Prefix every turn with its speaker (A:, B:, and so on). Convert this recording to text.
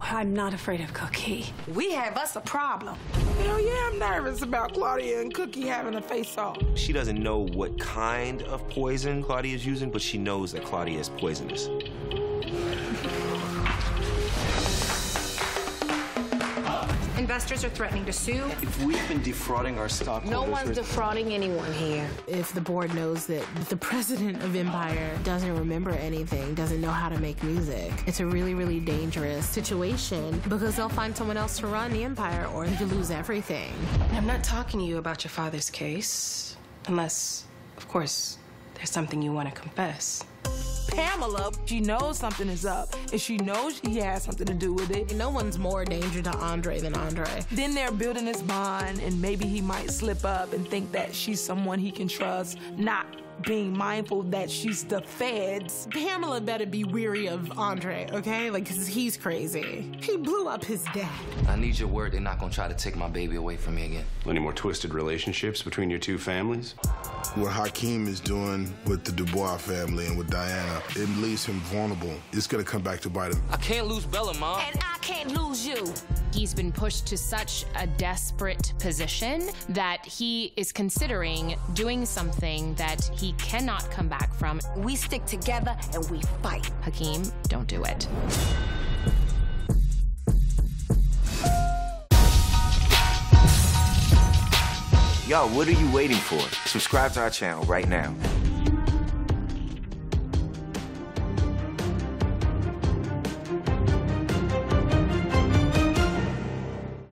A: I'm not afraid of Cookie.
B: We have us a problem.
C: Hell yeah, I'm nervous about Claudia and Cookie having a face off.
D: She doesn't know what kind of poison Claudia is using, but she knows that Claudia is poisonous.
B: Investors are threatening to sue.
E: If we've been defrauding our stockholders,
F: No one's defrauding anyone here.
G: If the board knows that the president of Empire doesn't remember anything, doesn't know how to make music, it's a really, really dangerous situation because they'll find someone else to run the empire or you lose everything.
H: I'm not talking to you about your father's case, unless, of course, there's something you want to confess.
C: Pamela, she knows something is up, and she knows she has something to do with it.
G: No one's more a danger to Andre than Andre.
C: Then they're building this bond, and maybe he might slip up and think that she's someone he can trust, not being mindful that she's the feds.
G: Pamela better be weary of Andre, okay? Like, 'cause he's crazy. He blew up his dad.
I: I need your word they're not gonna try to take my baby away from me again.
J: Any more twisted relationships between your two families?
K: What Hakeem is doing with the Dubois family and with Diana, it leaves him vulnerable. It's gonna come back to bite him.
I: I can't lose Bella, Mom.
B: And I can't lose you.
L: He's been pushed to such a desperate position that he is considering doing something that he cannot come back from.
B: We stick together and we fight.
L: Hakeem, don't do it.
D: Y'all, what are you waiting for? Subscribe to our channel right now.